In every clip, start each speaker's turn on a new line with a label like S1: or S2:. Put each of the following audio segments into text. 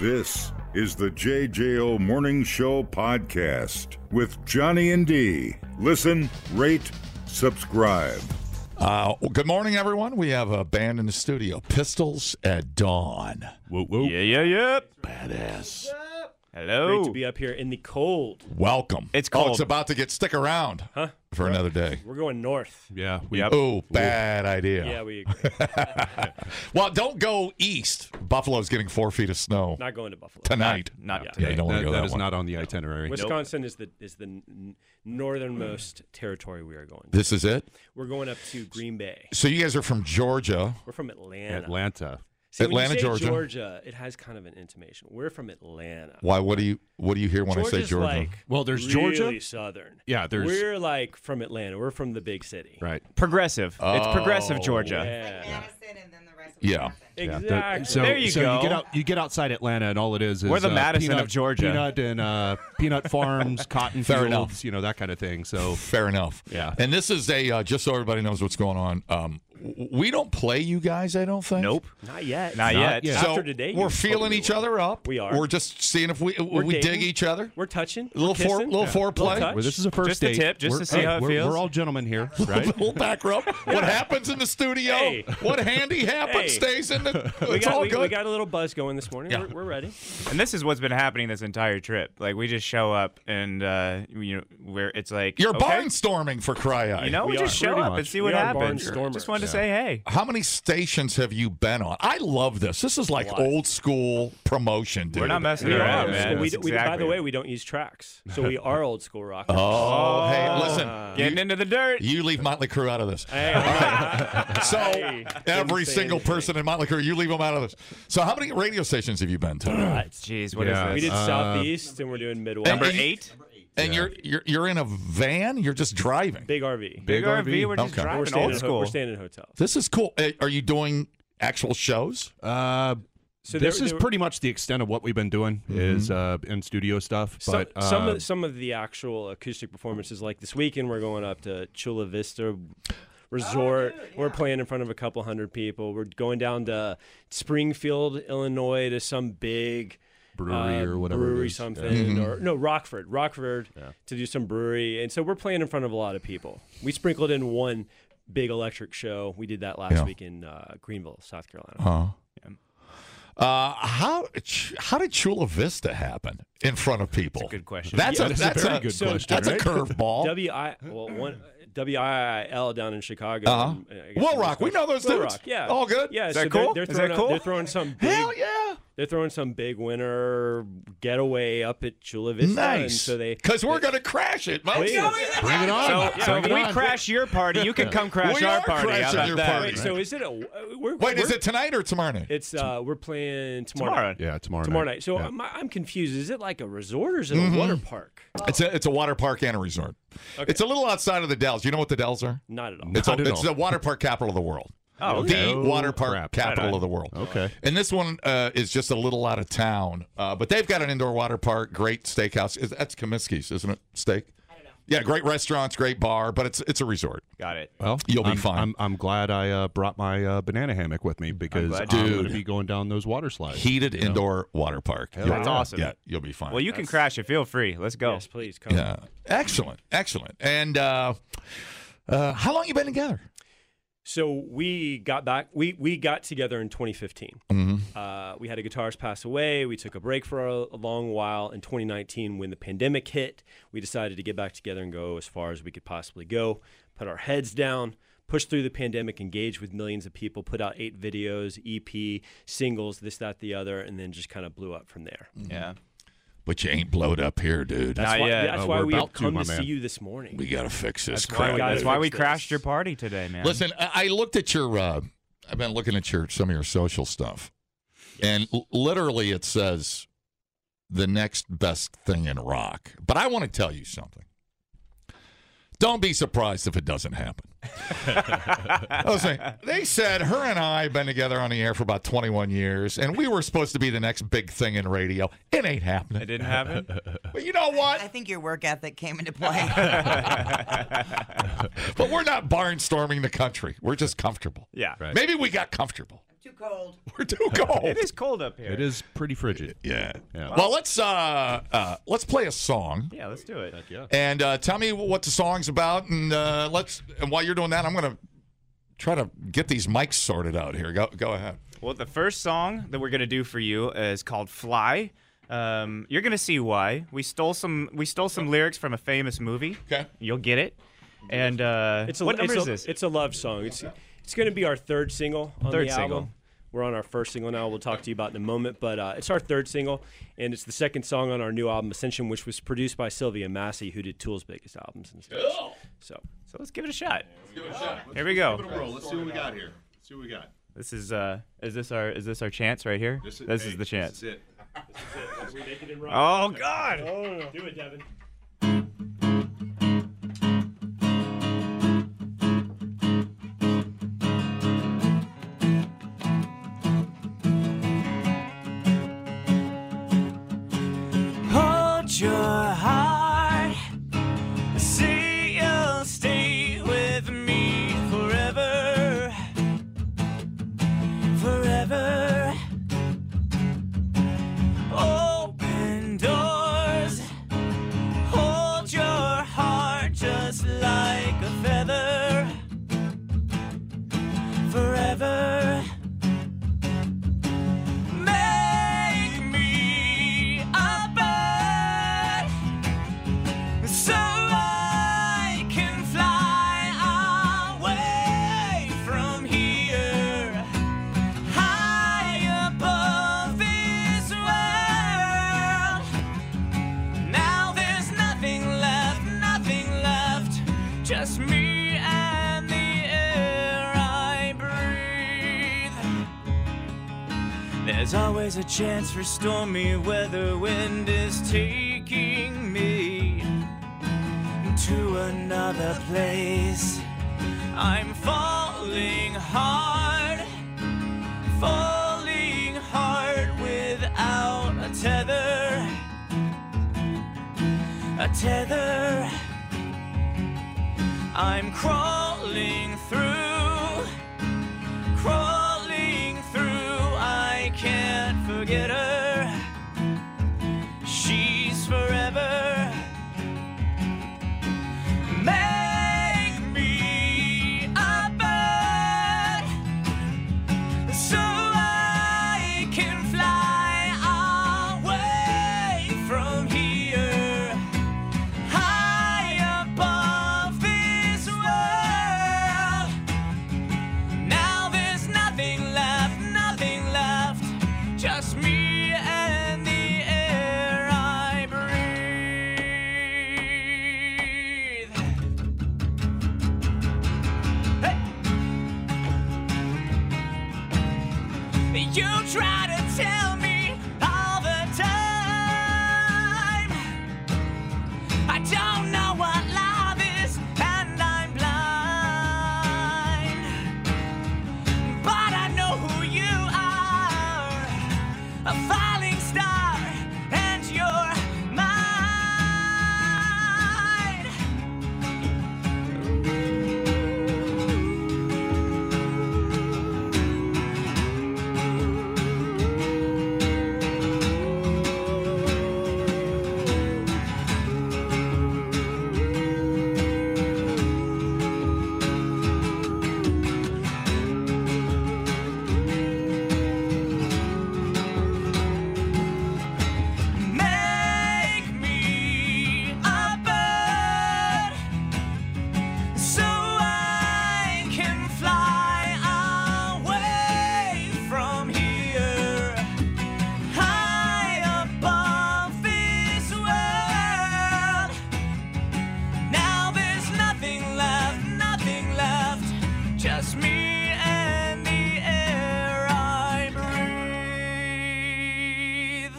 S1: This is the JJO Morning Show podcast with Johnny and D. Listen, rate, subscribe.
S2: Uh, well, good morning, everyone. We have a band in the studio, Pistols at Dawn.
S3: Whoop, whoop.
S4: Yeah, yeah, yep.
S2: Badass.
S4: Hello.
S5: Great to be up here in the cold.
S2: Welcome.
S4: It's
S2: Oh, it's
S4: cold.
S2: about to get stick around
S5: Huh?
S2: for another day.
S5: We're going north.
S3: Yeah, we
S4: Yep.
S2: Oh, bad idea.
S5: Yeah, we agree.
S2: Well, don't go east. Buffalo's getting four feet of snow
S5: not going to Buffalo.
S2: tonight.
S4: Not
S2: Yeah, you
S4: today.
S2: don't want
S3: that,
S2: to go
S3: that
S2: that,
S3: is
S2: one.
S3: not on the itinerary.
S5: Wisconsin is the is the n- northernmost territory we are going. To.
S2: this is it.
S5: We're going up to Green Bay.
S2: So you guys are from Georgia.
S5: We're from Atlanta.
S3: Atlanta.
S5: See, when you
S2: Atlanta,
S5: say
S2: Georgia.
S5: Georgia. It has kind of an intimation. We're from Atlanta.
S2: Why? What do you What do you hear when
S5: Georgia's
S2: I say Georgia?
S5: like
S3: Well, there's
S5: really
S3: Georgia.
S5: southern.
S3: Yeah, there's-
S5: We're like from Atlanta. We're from the big city.
S3: Right.
S4: Progressive. it's progressive
S2: Oh,
S4: Georgia.
S5: Yeah.
S6: Madison and then the rest of
S2: Yeah.
S6: Wisconsin.
S3: Yeah,
S5: Exactly.
S3: that- so,
S4: There you
S3: so
S4: go.
S3: You get, out, you get outside Atlanta, and all it is is
S4: We're the
S3: uh,
S4: Madison
S3: peanut,
S4: of Georgia.
S3: Peanut and uh, peanut farms, cotton
S2: Fair
S3: fields,
S2: enough.
S3: you know that kind of thing. So
S2: Fair enough.
S3: Yeah.
S2: And this is a uh, just so everybody knows what's going on. Um, w- we don't play you guys. I don't think.
S4: Nope.
S5: Not yet.
S4: Not yet.
S3: yet.
S2: So
S5: After today,
S2: we're
S5: you
S2: feeling
S5: totally
S2: each
S5: will.
S2: other up.
S5: We are.
S2: We're just seeing if we
S5: We're
S2: we dig
S5: dating.
S2: each other.
S5: We're touching.
S2: A little
S5: We're
S2: fore-
S5: kissing.
S2: little foreplay.
S5: touch.
S3: well, this is a first
S4: a
S3: date.
S4: tip, just
S3: We're-
S4: to see
S3: hey,
S4: how it
S3: we're,
S4: feels.
S3: We're all gentlemen here, right?
S2: We'll back her up. What happens in the studio?
S5: Hey.
S2: What handy happens
S5: Hey.
S2: stays in the.
S5: We
S2: it's
S5: got,
S2: all
S5: we,
S2: good.
S5: we got a little buzz going this morning. We're, we're ready.
S4: And this is what's been happening this entire trip. Like we just show up and uh you know where it's like
S2: You're
S4: okay,
S2: barnstorming for cry out.
S4: You know, we,
S5: We
S4: just
S5: are.
S4: show
S3: Pretty
S4: up
S3: much.
S4: and see
S5: We
S4: what
S5: are
S4: happens.
S5: barnstormers.
S4: Just wanted to say hey.
S2: How many stations have you been on? I love this. This is like old school promotion, dude.
S4: We're not messing
S5: We
S4: around,
S5: are.
S4: man.
S5: So we,
S4: That's
S5: we, by
S4: exactly
S5: the way, we don't use tracks, so we are old school rockers.
S2: Oh,
S5: Ah.
S2: hey,
S4: it.
S2: listen.
S4: getting into the dirt.
S2: You leave Motley Crue out of this.
S5: Hey, I'm not-
S2: So
S5: I
S2: every
S5: didn't say
S2: single
S5: anything.
S2: person in Motley Crue, you leave them out of this. So how many radio stations have you been to?
S5: But
S4: Jeez, what is
S3: Yeah.
S5: we
S4: this?
S5: did
S3: Uh,
S5: southeast, and we're doing midwest.
S4: Number
S2: and-
S4: eight?
S2: And you're you're you're in a van. You're just driving.
S5: big RV.
S4: Big,
S3: Big
S4: RV.
S3: RV.
S4: We're just
S2: Okay.
S5: we're
S4: driving
S5: staying
S4: old
S5: in ho-
S4: school.
S5: We're staying in hotels.
S2: This is cool. Uh, Are you doing actual shows?
S3: Uh,
S5: So
S3: this
S5: there-
S3: is
S5: there-
S3: pretty much the extent of what we've been doing is uh,
S4: Mm-hmm.
S3: in studio stuff.
S5: Some,
S3: But
S5: some,
S3: uh,
S5: of, some of the actual acoustic performances, like this weekend, we're going up to Chula Vista Resort. We're playing in front of a couple hundred people. We're going down to Springfield, Illinois, to some big
S3: Brewery
S5: uh,
S3: or whatever it
S5: brewery
S3: is. Mm-hmm.
S5: something, or no Rockford, Rockford, to do some brewery. And so we're playing in front of a lot of people. We sprinkled in one big electric show. We did that last
S2: Yeah.
S5: week in uh, Greenville, South Carolina.
S2: Uh, how how did Chula Vista happen in front of people?
S4: Good question.
S2: That's a
S3: that's a
S2: that's
S3: very
S2: a
S3: good
S5: so
S3: question.
S2: that's a
S3: right?
S2: curveball.
S5: W I well one W I I L down in Chicago.
S2: Uh-huh.
S5: and, uh, I guess
S2: Will
S5: the West
S2: Rock, we
S5: Coast.
S2: know those
S5: Will
S2: dudes.
S5: Rock, yeah,
S2: All good?
S5: Yeah,
S4: Is
S5: so
S4: that
S5: they're-
S4: cool?
S5: They're,
S4: Is that
S5: throwing out-
S4: cool?
S5: they're throwing some big.
S2: Hell yeah!
S5: They're throwing some big winter getaway up at Chula Vista. And
S2: Nice.
S5: so they
S2: because we're gonna crash it. Mike.
S5: Please.
S3: Bring it on.
S4: So, so
S3: Bring
S4: if
S3: it
S4: we
S3: on.
S4: crash your party, you can come crash
S2: We
S4: our
S2: are
S4: party. How
S2: crashing
S4: about
S2: your
S4: that?
S2: party.
S5: Wait, so is it a? uh, We're,
S2: Wait, is
S5: we're-
S2: it tonight or tomorrow night?
S5: It's uh, we're playing tomorrow.
S4: Tomorrow.
S5: night.
S3: Yeah, tomorrow.
S5: Tomorrow
S3: night.
S5: night. So
S3: Yeah.
S5: I'm, I'm confused. Is it like a resort or is it
S2: Mm-hmm.
S5: a water park?
S2: It's a it's a water park and a resort. It's a little outside of the Dells. You know what the Dells are?
S5: Not at all.
S2: It's a,
S3: Not at
S2: it's
S3: all.
S2: the water park capital of the world.
S4: Oh, okay.
S2: The water park
S3: crap.
S2: capital
S4: Right on.
S2: of the world.
S3: Okay.
S2: And this one uh, is just a little out of town, uh, but they've got an indoor water park, great steakhouse. Is- That's Comiskey's, isn't it? Steak. I don't know. Yeah, great restaurants, great bar, but it's it's a resort.
S4: Got it.
S3: Well,
S2: You'll be
S3: I'm,
S2: fine.
S3: I'm, I'm glad I uh, brought my uh, banana hammock with me because I'm,
S4: glad
S2: you
S3: going
S2: did.
S3: to be going down those water slides.
S2: Heated indoor water park. You'll-
S4: That's awesome.
S2: Yeah, you'll be fine.
S4: Well, you can crash it. Feel free. Let's go.
S5: Yes, please come.
S2: yeah, excellent, excellent. And uh, uh, how long you been together?
S5: So we got back. We we got together in 2015.
S3: Mm-hmm.
S5: Uh, we had a guitarist pass away. We took a break for a, a long while. In 2019, when the pandemic hit, we decided to get back together and go as far as we could possibly go. Put our heads down, push through the pandemic, engage with millions of people. Put out eight videos, EP, singles, this, that, the other, and then just kind of blew up from there.
S4: Yeah.
S2: But you ain't blowed up here, dude.
S5: That's
S4: Not
S5: why,
S4: yet.
S5: That's
S3: Uh,
S5: why
S3: we're
S5: we
S3: about
S5: have
S3: to,
S5: come
S3: my
S5: to,
S3: man.
S5: see you this morning.
S2: we gotta fix this
S5: why we
S2: crap.
S5: gotta
S4: That's why we
S5: fix this.
S4: crashed your party today, man.
S2: Listen, I I looked at your. Uh, I've been looking at your some of your social stuff, and l- literally it says the next best thing in rock. But I want to tell you something. Don't be surprised if it doesn't happen. I was saying, they said her and I been together on the air for about 21 years, and we were supposed to be the next big thing in radio. It ain't
S4: it
S2: happening.
S4: didn't happen.
S2: But you know
S6: I
S2: what?
S6: think your work ethic came into play.
S2: But we're not barnstorming the country. We're just comfortable.
S4: Yeah.
S2: Maybe we got comfortable.
S6: Too too cold.
S2: We're too cold.
S7: It is cold up here.
S3: It is pretty frigid.
S2: Yeah.
S3: Yeah.
S2: Well, let's uh, uh let's play a song
S7: Yeah, let's do it.
S3: Yeah.
S2: and uh, tell me what the song's about, and uh, let's. And while you're doing that, I'm gonna try to get these mics sorted out here. Go go ahead.
S7: Well, the first song that we're gonna do for you is called "Fly." Um, you're gonna see why. We stole some. We stole some lyrics from a famous movie.
S2: Okay.
S7: You'll get it. And uh,
S5: It's a,
S7: what
S5: it's
S7: number
S5: a,
S7: is this?
S5: It's a love song. It's it's going to be our third single on
S7: Third
S5: the
S7: single.
S5: album. We're on our first single now. We'll talk to you about in a moment, but uh, it's our third single, and it's the second song on our new album Ascension, which was produced by Sylvia Massey, who did Tool's biggest albums and stuff. So
S7: so let's give it a shot. Here we go.
S8: Let's see what we got here. Let's see what we got.
S7: This is uh, is this our is this our chance right here? This is,
S8: hey,
S7: the chance.
S8: This is it.
S7: Oh God.
S5: do it, Devin.
S4: Hold your heart. See you'll stay with me forever. Forever. Open doors. Hold your heart just like a feather. Forever. Make me a bird so I can fly away from here, high above this world. Now there's nothing left, nothing left, just me and the air I breathe. There's always a chance for stormy weather. Wind is taking me to another place. I'm falling hard, falling hard without a tether. A tether. I'm crawling through crawling through. I can't forget her. She's forever. Make me a bird so I can fly away from here, high above this world. Now there's nothing left, nothing left. Just me and the air I breathe. Hey. You try to tell me all the time. I don't know what love is, and I'm blind. But I know who you are. A falling star, and you're mine. Make me a bird so I can fly away from here, high above this world. Now there's nothing left, nothing left, just me and the air I breathe.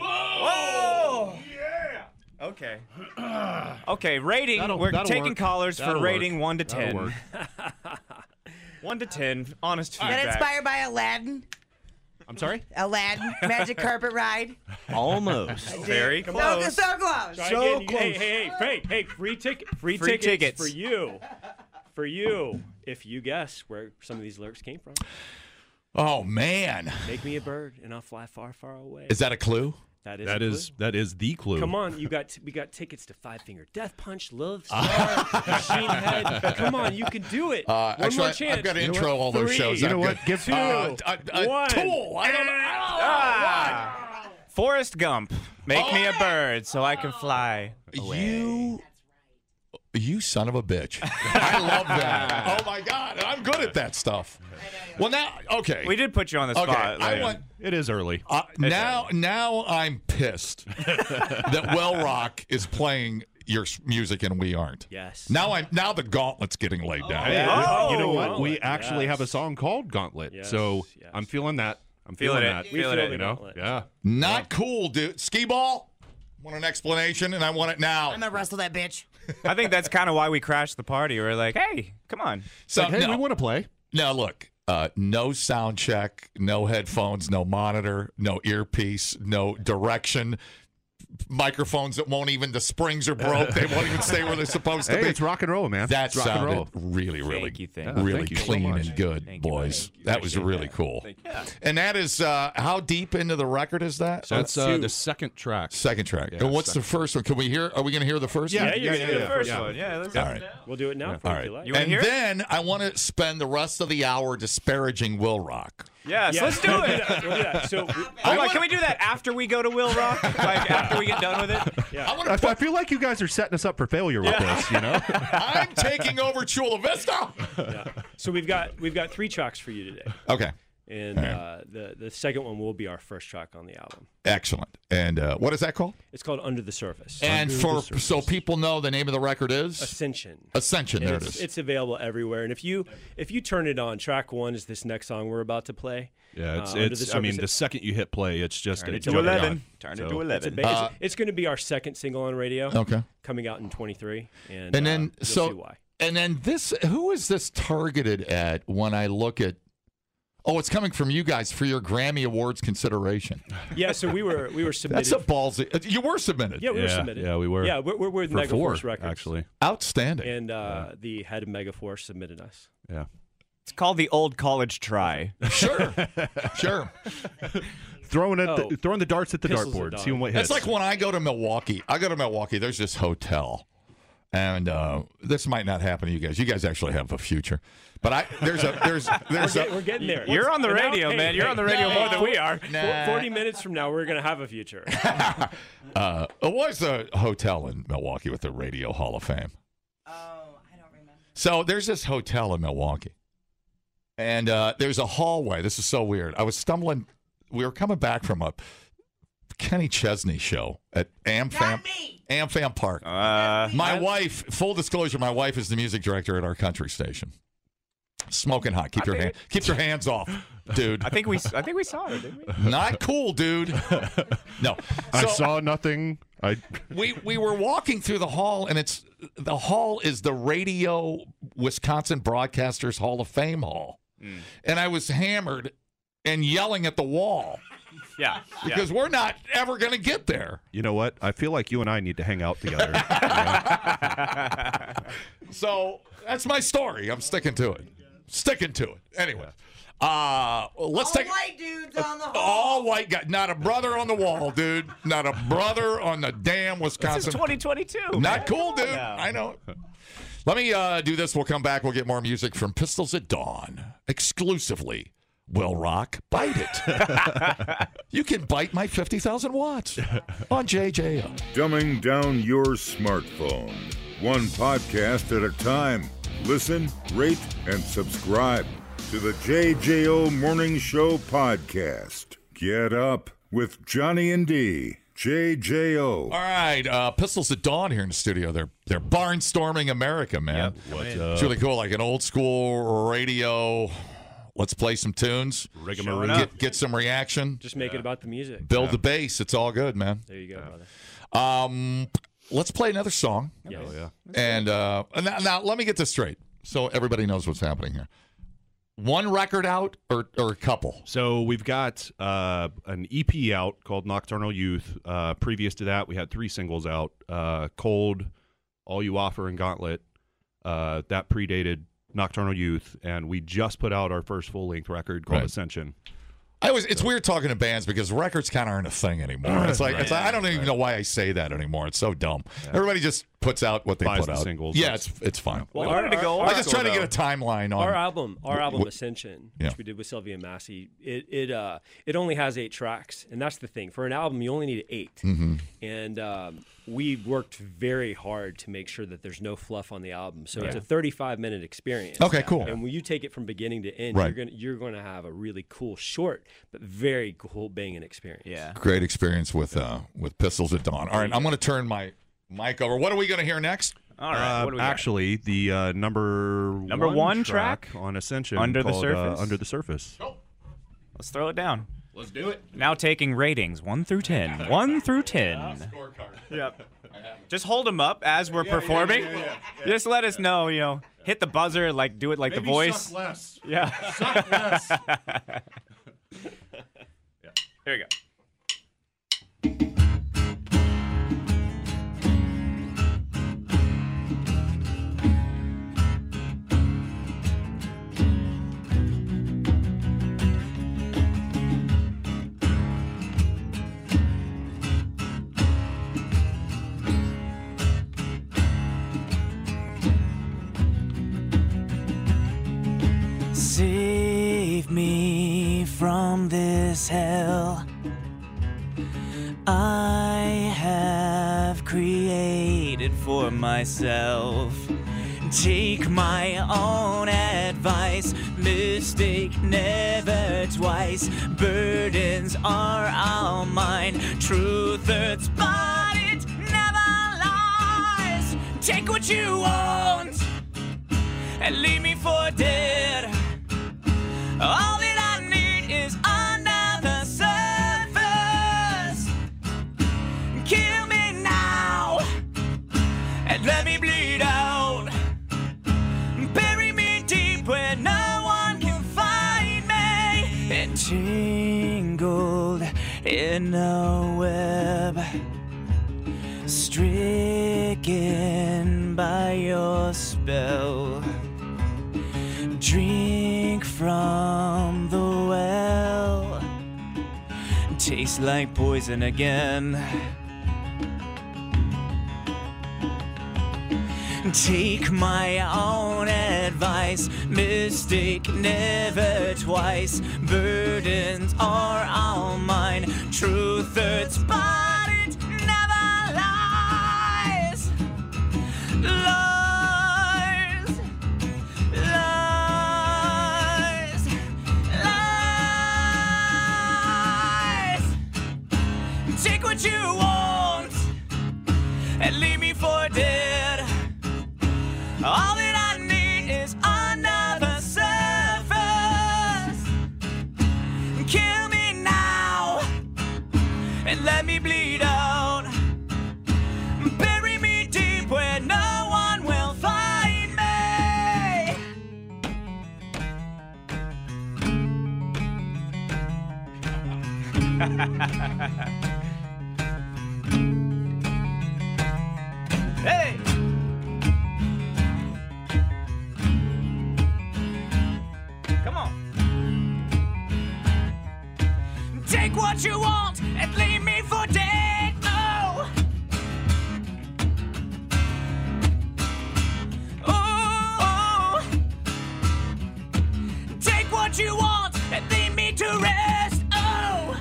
S7: Oh. Yeah. Okay. okay. Rating.
S3: That'll-
S7: we're
S3: that'll
S7: taking
S3: work.
S7: callers
S3: That'll
S7: for
S3: work.
S7: rating one to
S3: That'll
S7: ten.
S3: work.
S7: One to ten. Honest
S6: Got
S7: feedback.
S6: inspired by Aladdin.
S3: I'm sorry.
S6: Aladdin magic carpet ride.
S4: Almost.
S7: Very
S6: So,
S7: close.
S6: so close.
S5: So close. Hey, hey, hey, hey, hey! Free ticket, free,
S7: Free
S5: tickets
S7: tickets.
S5: for you, for you. if you guess where some of these lyrics came from.
S2: Oh man,
S5: Make me a bird and I'll fly far, far away.
S2: is that a clue?
S5: that is
S3: That
S5: a
S3: is
S5: clue.
S3: that is the clue.
S5: Come on, you got we got tickets to Five Finger Death Punch, Love Star, Machine Head. Come on, you can do it.
S2: Uh,
S5: One
S2: actually,
S5: more
S2: I-
S5: chance.
S2: I've got to intro all those
S5: Three.
S2: shows.
S5: You
S2: I'm
S5: know
S2: good.
S5: what? Give
S2: Uh,
S5: two,
S2: uh, uh,
S5: one.
S2: Tool. I don't, I
S4: Ah. Forrest Gump, make me a bird so I can fly.
S2: don't know. Oh. You, you son of a bitch. I love that. Oh my god, and I'm good at that stuff. Well now, okay,
S4: We did put you on the
S2: okay.
S4: spot.
S2: I
S4: like-
S2: want
S3: It is early.
S2: Uh, now, now I'm pissed that Well Rock is playing your s- music and we aren't.
S5: Yes.
S2: Now I'm now the gauntlet's getting laid down.
S3: Hey,
S4: Oh!
S3: you know what?
S5: Gauntlet,
S3: We actually have a
S5: yes.
S3: song called Gauntlet.
S5: Yes,
S3: so
S5: yes.
S3: I'm feeling that. I'm
S4: Feeling
S3: feeling
S4: it.
S3: that.
S4: We feel it.
S3: You know?
S5: Gauntlet.
S3: Yeah.
S2: Not cool, dude. Skee ball. Want an explanation, and I want it now.
S6: I'm gonna wrestle that bitch.
S4: I think that's kind of why we crashed the party. We are like, hey, come on.
S2: So
S3: Hey,
S2: no,
S3: we want to play.
S2: now look. Uh, no sound check, no headphones, no monitor, no earpiece, no direction. Microphones that won't even the springs are broke. They won't even stay where they're supposed to
S3: Hey,
S2: be.
S3: it's rock and roll, man.
S2: That
S3: It's rock and roll.
S2: sounded uh, really, really,
S4: Thank you, thank
S3: you.
S2: really
S3: Thank you so
S2: clean
S3: much.
S2: and good,
S4: Thank you,
S2: boys.
S4: thank you.
S2: that was
S4: Appreciate
S2: really
S4: that.
S2: cool. And that is uh, how deep into the record is that?
S3: So that's uh, the second track.
S2: second track.
S3: Yeah,
S2: and what's the first one? Can we hear? Are we going to hear the first
S5: Yeah,
S2: one?
S5: you're
S4: Yeah,
S5: gonna do
S4: the
S5: it.
S4: first
S3: yeah.
S4: one. Yeah, let's
S2: All right.
S5: We'll do it now for
S2: All
S5: you
S2: right.
S5: if you like.
S4: You wanna
S2: And
S4: hear it?
S2: then I want to spend the rest of the hour disparaging Will Rock.
S4: Yes,
S5: Yeah,
S4: let's do
S5: we'll
S4: it.
S5: that. We'll do that. So we-
S4: Hold on, can we do that after we go to Will Rock? Like after we get done with it?
S2: I want
S3: I,
S2: to
S3: I feel like you guys are setting us up for failure with this, you know?
S2: I'm taking over Chula Vista.
S5: So we've got we've got three tracks for you today,
S2: Okay.
S5: and uh, the the second one will be our first track on the album.
S2: Excellent. And uh, what is that called?
S5: It's called Under the Surface.
S2: and for so people know the name of the record is
S5: Ascension.
S2: Ascension.
S5: And
S2: There it
S5: it's,
S2: is.
S5: it's available everywhere, and if you if you turn it on, track one is this next song we're about to play.
S3: Yeah, it's,
S5: Uh, Under
S3: it's I mean, the
S5: Surface.
S3: second you hit play, it's just
S4: Turn
S3: a
S4: it to
S3: juggernaut.
S4: 11. Turn it
S3: So-
S4: to 11.
S5: Ba-
S2: Uh,
S5: it's, going to be our second single on radio.
S2: Okay.
S5: coming out in 23, and
S2: And
S5: uh,
S2: then
S5: you'll
S2: so
S5: see why.
S2: and then this who is this targeted at when I look at Oh, it's coming from you guys for your Grammy Awards consideration.
S5: Yeah, so we were we were submitted.
S2: That's a ballsy. uh, You were submitted.
S5: yeah, we were
S3: Yeah,
S5: submitted.
S3: yeah, we were.
S5: Yeah, we're, we're, we're the
S3: For four,
S5: Megaforce Records
S3: actually.
S2: Outstanding.
S5: and uh, the head of Megaforce submitted us.
S3: Yeah.
S4: It's called the old college try.
S2: Sure. sure.
S3: Throwing, at
S5: Oh.
S3: the, throwing the darts at the
S5: Pistols
S3: dartboard,
S5: and
S3: seeing what hits.
S2: That's like when I go to Milwaukee. I go to Milwaukee, there's this hotel. And uh, this might not happen to you guys. You guys actually have a future. But I there's a there's there's
S5: We're
S2: a
S5: getting there.
S4: You're on the
S5: And now-
S4: radio,
S5: hey,
S4: man. You're
S5: hey,
S4: on the radio
S5: hey,
S4: more than we are.
S2: Nah.
S5: 40 minutes from now, we're going to have a future.
S2: uh, what's a hotel in Milwaukee with the Radio Hall of Fame?
S6: Oh, I don't remember.
S2: So there's this hotel in Milwaukee, and uh, there's a hallway. This is so weird. I was stumbling. We were coming back from a Kenny Chesney show at AmFam
S6: Not me.
S2: AmFam Park.
S4: Uh,
S2: my wife, full disclosure, my wife is the music director at our country station. Smoking hot. Keep your hand, keep your hands off, dude.
S4: I think we I think we saw it, didn't we?
S2: Not cool, dude. No.
S9: I
S2: So-
S9: saw nothing. I
S2: we we were walking through the hall and it's the hall is the radio wisconsin broadcasters hall of fame hall and i was hammered and yelling at the wall
S4: Yeah. yeah.
S2: because we're not ever going to get there
S3: you know what? I feel like you and I need to hang out together.
S2: so that's my story i'm sticking to it sticking to it anyway uh let's
S6: All
S2: take
S6: white dudes on the whole.
S2: all white guy not a brother on the wall dude not a brother on the damn
S4: This is
S2: wisconsin
S4: 2022. man.
S2: Not cool, dude.
S4: Yeah.
S2: I know. it. Let me uh, do this. We'll come back. We'll get more music from Pistols at Dawn exclusively. Will Rock, bite it. you can bite my 50,000 watts on JJO.
S1: Dumbing down your smartphone. One podcast at a time. Listen, rate, and subscribe to the JJO Morning Show podcast. Get up with Johnny and D. JJO.
S2: All right. Uh, Pistols at Dawn here in the studio. They're, they're barnstorming America, man.
S3: What's
S2: It's really cool. Like an old school radio. Let's play some tunes,
S3: Rigamaroo.
S2: get, get some reaction,
S5: Just make it about the music.
S2: build the bass. It's all good, man.
S5: There you go, brother.
S2: Um, let's play another song.
S6: Oh,
S5: Yes.
S2: And uh, now, now let me get this straight, so everybody knows what's happening here. One record out or or a couple?
S3: So we've got uh, an EP out called Nocturnal Youth. Uh, previous to that, we had three singles out: uh, Cold, All You Offer, and Gauntlet. Uh, that predated Nocturnal Youth, and we just put out our first full length record called
S2: Right.
S3: Ascension.
S2: I always it's weird talking to bands because records kind of aren't a thing anymore. It's like, it's like I don't even know why I say that anymore. It's so dumb. Everybody just puts out what they
S3: Buys
S2: put
S3: the
S2: out.
S3: singles.
S2: Yeah,
S3: That's-
S2: it's it's fine.
S5: Well,
S10: wanted to go
S2: I just try to get a timeline on.
S5: Our album, our
S2: Wh-
S5: album
S2: wh-
S5: Ascension,
S2: Yeah.
S5: which we did with Sylvia Massey, it it uh it only has eight tracks, and that's the thing. For an album, you only need 8
S2: Mm-hmm.
S5: and um, we worked very hard to make sure that there's no fluff on the album. So it's a 35 minute experience.
S2: Okay, cool.
S5: And when you take it from beginning to end,
S2: Right.
S5: you're gonna you're gonna have a really cool short, but very cool banging experience.
S10: Yeah.
S2: Great experience with uh with Pistols at Dawn. All right, I'm going to turn my mic over. What are we going to hear next?
S10: All right.
S3: Uh,
S10: what do we got?
S3: actually, the uh, number
S10: Number one track?
S3: on Ascension
S10: Under the
S3: called, uh,
S10: Surface?
S3: Under the Surface.
S10: Let's throw it down.
S11: Let's do it.
S10: Now taking ratings one through ten. One through ten. Yep. Just hold them up as we're performing. Just let us know. You know, hit the buzzer. Like do it like
S11: Maybe
S10: the voice.
S11: Suck less.
S10: Yeah.
S11: Suck less.
S10: Here we go.
S4: Save me from this hell. I have created for myself. Take my own advice, mistake never twice. Burdens are all mine, truth hurts, but it never lies. Take what you want and leave me for dead. All that I need is under the surface. Kill me now and let me bleed out. Bury me deep where no one can find me. Entangled in a web, stricken by your spell. Drink from the well. Tastes like poison again. Take my own advice. Mistake never twice. Burdens are all mine. Truth hurts, but it never lies. Lies lies, lies. Take what you want and leave me for dead. All that I need is another surface. Kill me now and let me bleed out. Bury me deep where no one will find me. Hey! Come on. Take what you want and leave me for dead. No. Oh. Take what you want and leave me to rest. Oh.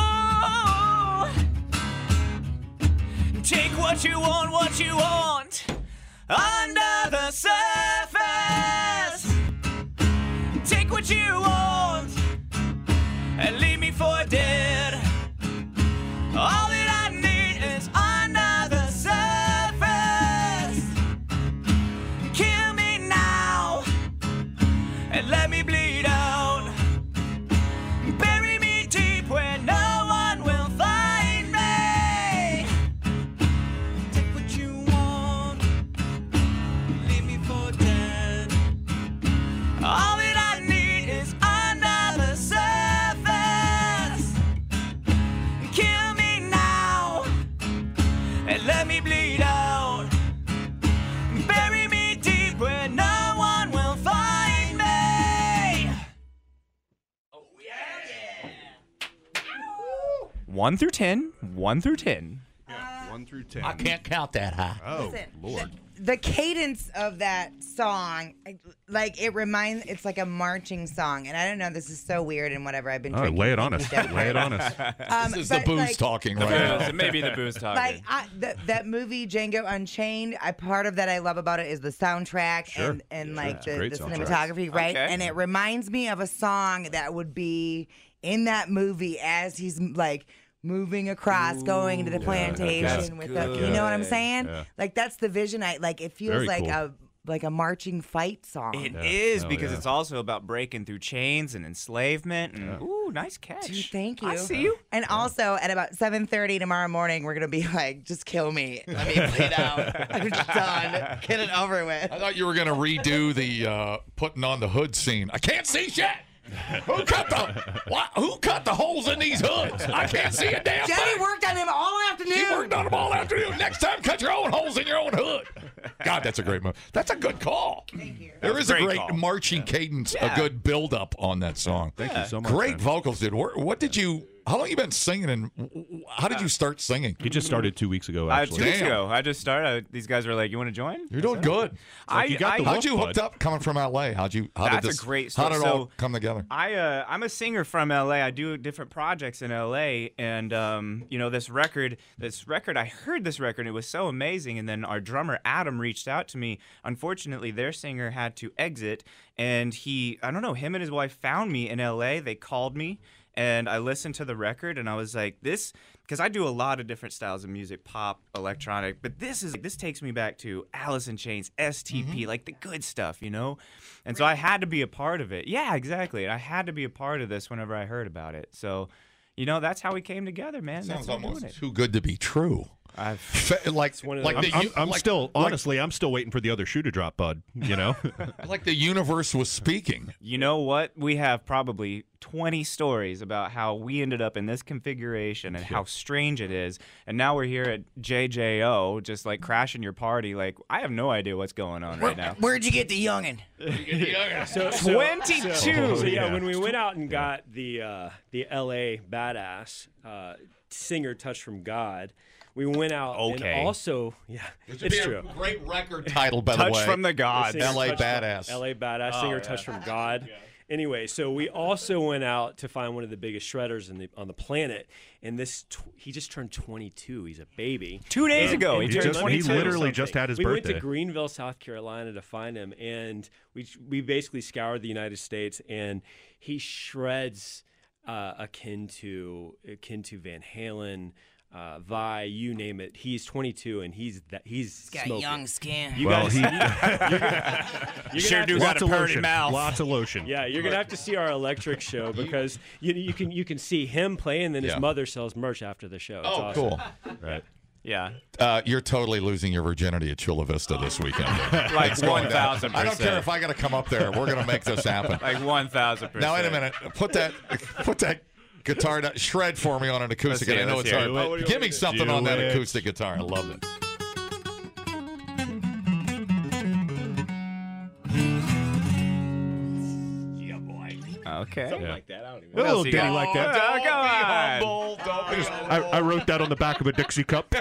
S4: Oh, take what you want, what you want under the surface. Take what you want and leave me for dead. All that I need is under the surface. Kill me now and let me bleed out. Bury me deep where no one will find me. Take what you want, leave me for dead. All that I need is under the surface. Oh, One through ten. One through ten.
S3: One through ten.
S2: I can't count that high.
S3: Oh
S6: Listen,
S3: Lord.
S6: the cadence of that song, like it reminds, it's like a marching song, and I don't know. This is so weird and whatever. I've been.
S3: Oh,
S6: drinking
S3: lay it on
S6: Yankee
S3: us.
S6: Doodle.
S3: lay it on us.
S6: Um,
S2: This is the
S6: but,
S2: booze
S6: like,
S2: talking right now.
S4: Booze. Maybe the booze talking.
S6: Like I, th- that movie Django Unchained, I part of that I love about it is the soundtrack
S3: Sure.
S6: and, and
S3: Yeah.
S6: like
S3: It's a great
S6: the, the
S3: soundtrack.
S6: cinematography, right?
S4: Okay.
S6: And it reminds me of a song that would be in that movie as he's like moving across, going to the plantation with the, you know what I'm
S4: good.
S6: saying?
S3: Yeah.
S6: Like that's the vision. I like it feels
S3: Very
S6: like
S3: cool.
S6: a like a marching fight song.
S4: It is
S3: Yeah. No,
S4: because
S3: yeah.
S4: it's also about breaking through chains and enslavement. And ooh, nice catch.
S6: Dude, thank you.
S4: I see you.
S6: And also at about 7:30 tomorrow morning, we're gonna be like, just kill me. Let me bleed out. I'm just done. Get it over with.
S2: I thought you were going to redo the uh, putting on the hood scene. I can't see shit. Who cut the why, who cut the holes in these hoods? I can't see a damn
S6: Jenny
S2: thing.
S6: worked on him all afternoon.
S2: She worked on them all afternoon. Next time, cut your own holes in your own hood. God, that's a great move. That's a good call. Thank you. There is a
S4: Great
S2: great
S4: call.
S2: marching cadence,
S4: Yeah.
S2: a good build up on that song.
S3: Thank you so much.
S2: Great
S3: man.
S2: vocals, dude. Where, what did you? How long you been singing, and w- w- how did you start singing?
S3: He just started two weeks
S4: I,
S3: ago.
S4: Uh, two
S3: Actually,
S4: weeks
S2: Damn.
S4: ago, I just started. I- these guys were like, "You want to join?"
S2: You're doing good.
S4: I,
S3: you got
S4: I,
S3: the
S2: How'd you
S3: Look,
S2: hooked
S3: bud.
S2: up coming from LA? How'd you? How
S4: That's a
S2: did this?
S4: great
S2: How
S4: story.
S2: did it all
S4: So-
S2: come together?
S4: I uh, I'm a singer from LA. I do different projects in LA, and um, you know this record, this record. I heard this record. It was so amazing. And then our drummer Adam reached out to me. Unfortunately, their singer had to exit, and he I don't know him and his wife found me in LA. They called me, and I listened to the record, and I was like this because I do a lot of different styles of music, pop, electronic. But this is this takes me back to Alice in Chains, STP,
S2: Mm-hmm.
S4: like the good stuff, you know. And so I had to be a part of it. Yeah, exactly. I had to be a part of this whenever I heard about it. So, you know, that's how we came together, man. That's
S2: Sounds
S4: how we're doing
S2: almost
S4: it.
S2: too good to be true.
S4: I've,
S2: Fe- like,
S5: one of
S2: like
S5: those-
S2: the,
S3: I'm, I'm,
S2: u-
S3: I'm
S2: like-
S3: still honestly, I'm still waiting for the other shoe to drop, bud. You know,
S2: like the universe was speaking.
S4: you know what? We have probably 20 stories about how we ended up in this configuration and how strange it is. And now we're here at JJO, just like crashing your party. Like, I have no idea what's going on right now.
S6: Where'd you get the youngin?
S5: So, so-
S4: 22.
S5: So, so yeah,
S3: Oh, Yeah.
S5: when we went out and got the uh, the LA badass uh, singer "Touch from God," we went out
S4: Okay.
S5: and also yeah, it's true.
S2: Great record title, by
S4: Touch
S2: the way.
S4: from the gods.
S5: Singer
S2: LA
S5: touch from- Oh,
S2: badass.
S5: LA badass singer touch from God. Anyway, so we also went out to find one of the biggest shredders in the, on the planet, and this tw- he just turned 22. He's a baby.
S4: Two days ago, he
S5: and
S3: he
S4: turned
S3: just- he
S4: 22 or
S3: literally
S4: something.
S3: just had his
S5: we
S3: birthday.
S5: went to Greenville, South Carolina, to find him, and we we basically scoured the United States, and he shreds uh, akin to akin to Van Halen, uh, Vi, you name it. He's 22, and he's that he's
S6: Got
S5: smoking.
S6: young skin.
S5: You
S3: Well,
S5: guys,
S3: he-
S5: you, you sure do
S3: lots of
S4: purty
S3: lotion.
S4: mouth.
S3: Lots of lotion.
S5: yeah, you're gonna have to see our electric show because you you can you can see him play, and then his
S2: Yeah.
S5: mother sells merch after the show. It's
S2: Oh,
S5: awesome.
S2: cool.
S3: Right.
S4: Yeah.
S2: Uh, you're totally losing your virginity at Chula Vista this weekend.
S4: Like
S2: It's going down.
S4: 1,000%.
S2: I don't care if I got to come up there. We're going to make this happen.
S4: Like 1,000%.
S2: Now wait a minute. Put that put that guitar down, shred for me on an acoustic.
S4: Let's
S2: I
S4: hear it,
S2: know
S4: let's
S2: it's
S4: hear
S2: hard.
S4: it.
S2: but
S4: Oh, what do you
S2: give
S4: want
S2: me
S4: to do?
S2: something
S3: Do
S2: on that
S3: it.
S2: acoustic guitar. I love it.
S4: Okay.
S3: A little
S4: else you
S3: ditty
S4: got?
S3: Oh, like that.
S4: Oh, come on.
S2: Don't be humble.
S3: I, I wrote that on the back of a Dixie cup.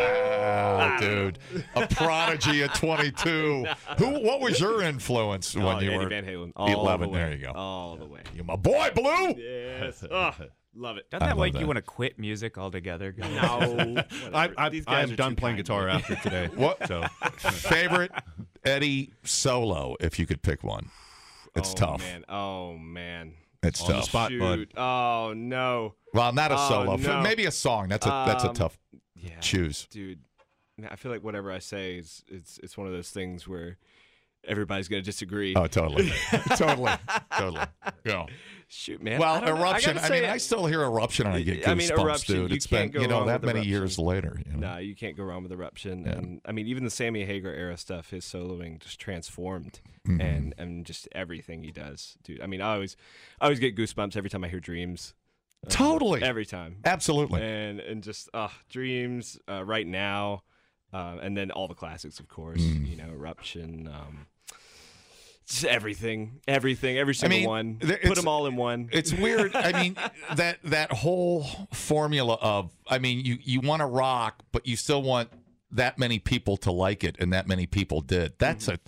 S2: Ah, dude, a prodigy at 22. Who? What was your influence when you
S12: Oh, Eddie
S2: were
S12: Van Halen. All
S2: 11?
S12: the way.
S2: there you go.
S12: All the way.
S2: You my boy, Blue.
S12: Yes. Ugh, love it.
S4: Doesn't
S2: I
S4: that
S2: love
S4: make
S2: that.
S4: you want to quit music altogether? guys?
S12: No.
S3: I, I,
S12: These guys
S3: I
S12: are
S3: am done
S12: too
S3: playing
S12: kind.
S3: guitar after today.
S2: What-
S3: So
S2: Favorite Eddie solo, if you could pick one. It's
S12: oh,
S2: tough.
S12: Man. Oh man.
S2: It's
S3: On the
S2: tough.
S3: spot, bud.
S12: Dude. Oh no.
S2: Well, not a
S12: Oh,
S2: solo. F-
S12: no.
S2: Maybe a song. That's a that's a
S12: Um,
S2: tough
S12: Yeah.
S2: choose.
S12: Dude. Man, I feel like whatever I say is it's it's one of those things where everybody's gonna disagree.
S2: Oh, totally, totally, totally. Yeah.
S12: Shoot, man. I
S2: Well,
S12: don't know.
S2: eruption.
S12: I,
S2: I,
S12: gotta
S2: mean,
S12: say,
S2: I still hear eruption and I get goosebumps,
S12: I mean, Eruption,
S2: dude.
S12: you
S2: It's been
S12: can't go
S2: you know
S12: wrong
S2: that
S12: with
S2: many years
S12: Eruption.
S2: later. You know?
S12: No, you can't go wrong with eruption, and I mean, even the Sammy Hagar era stuff, his soloing just transformed, and and just everything he does, dude. I mean, I always, I always get goosebumps every time I hear Dreams,
S2: Totally,
S12: every time,
S2: absolutely.
S12: and and just uh, Dreams, uh, right now, Um, and then all the classics, of course.
S3: Mm.
S12: You know, Eruption. Um, just everything, everything, every single
S2: mean,
S12: one.
S2: there-
S12: Put
S2: it's-
S12: them all in one.
S2: It's weird. I mean, that that whole formula of I mean, you you want to rock, but you still want that many people to like it, and that many people did. That's a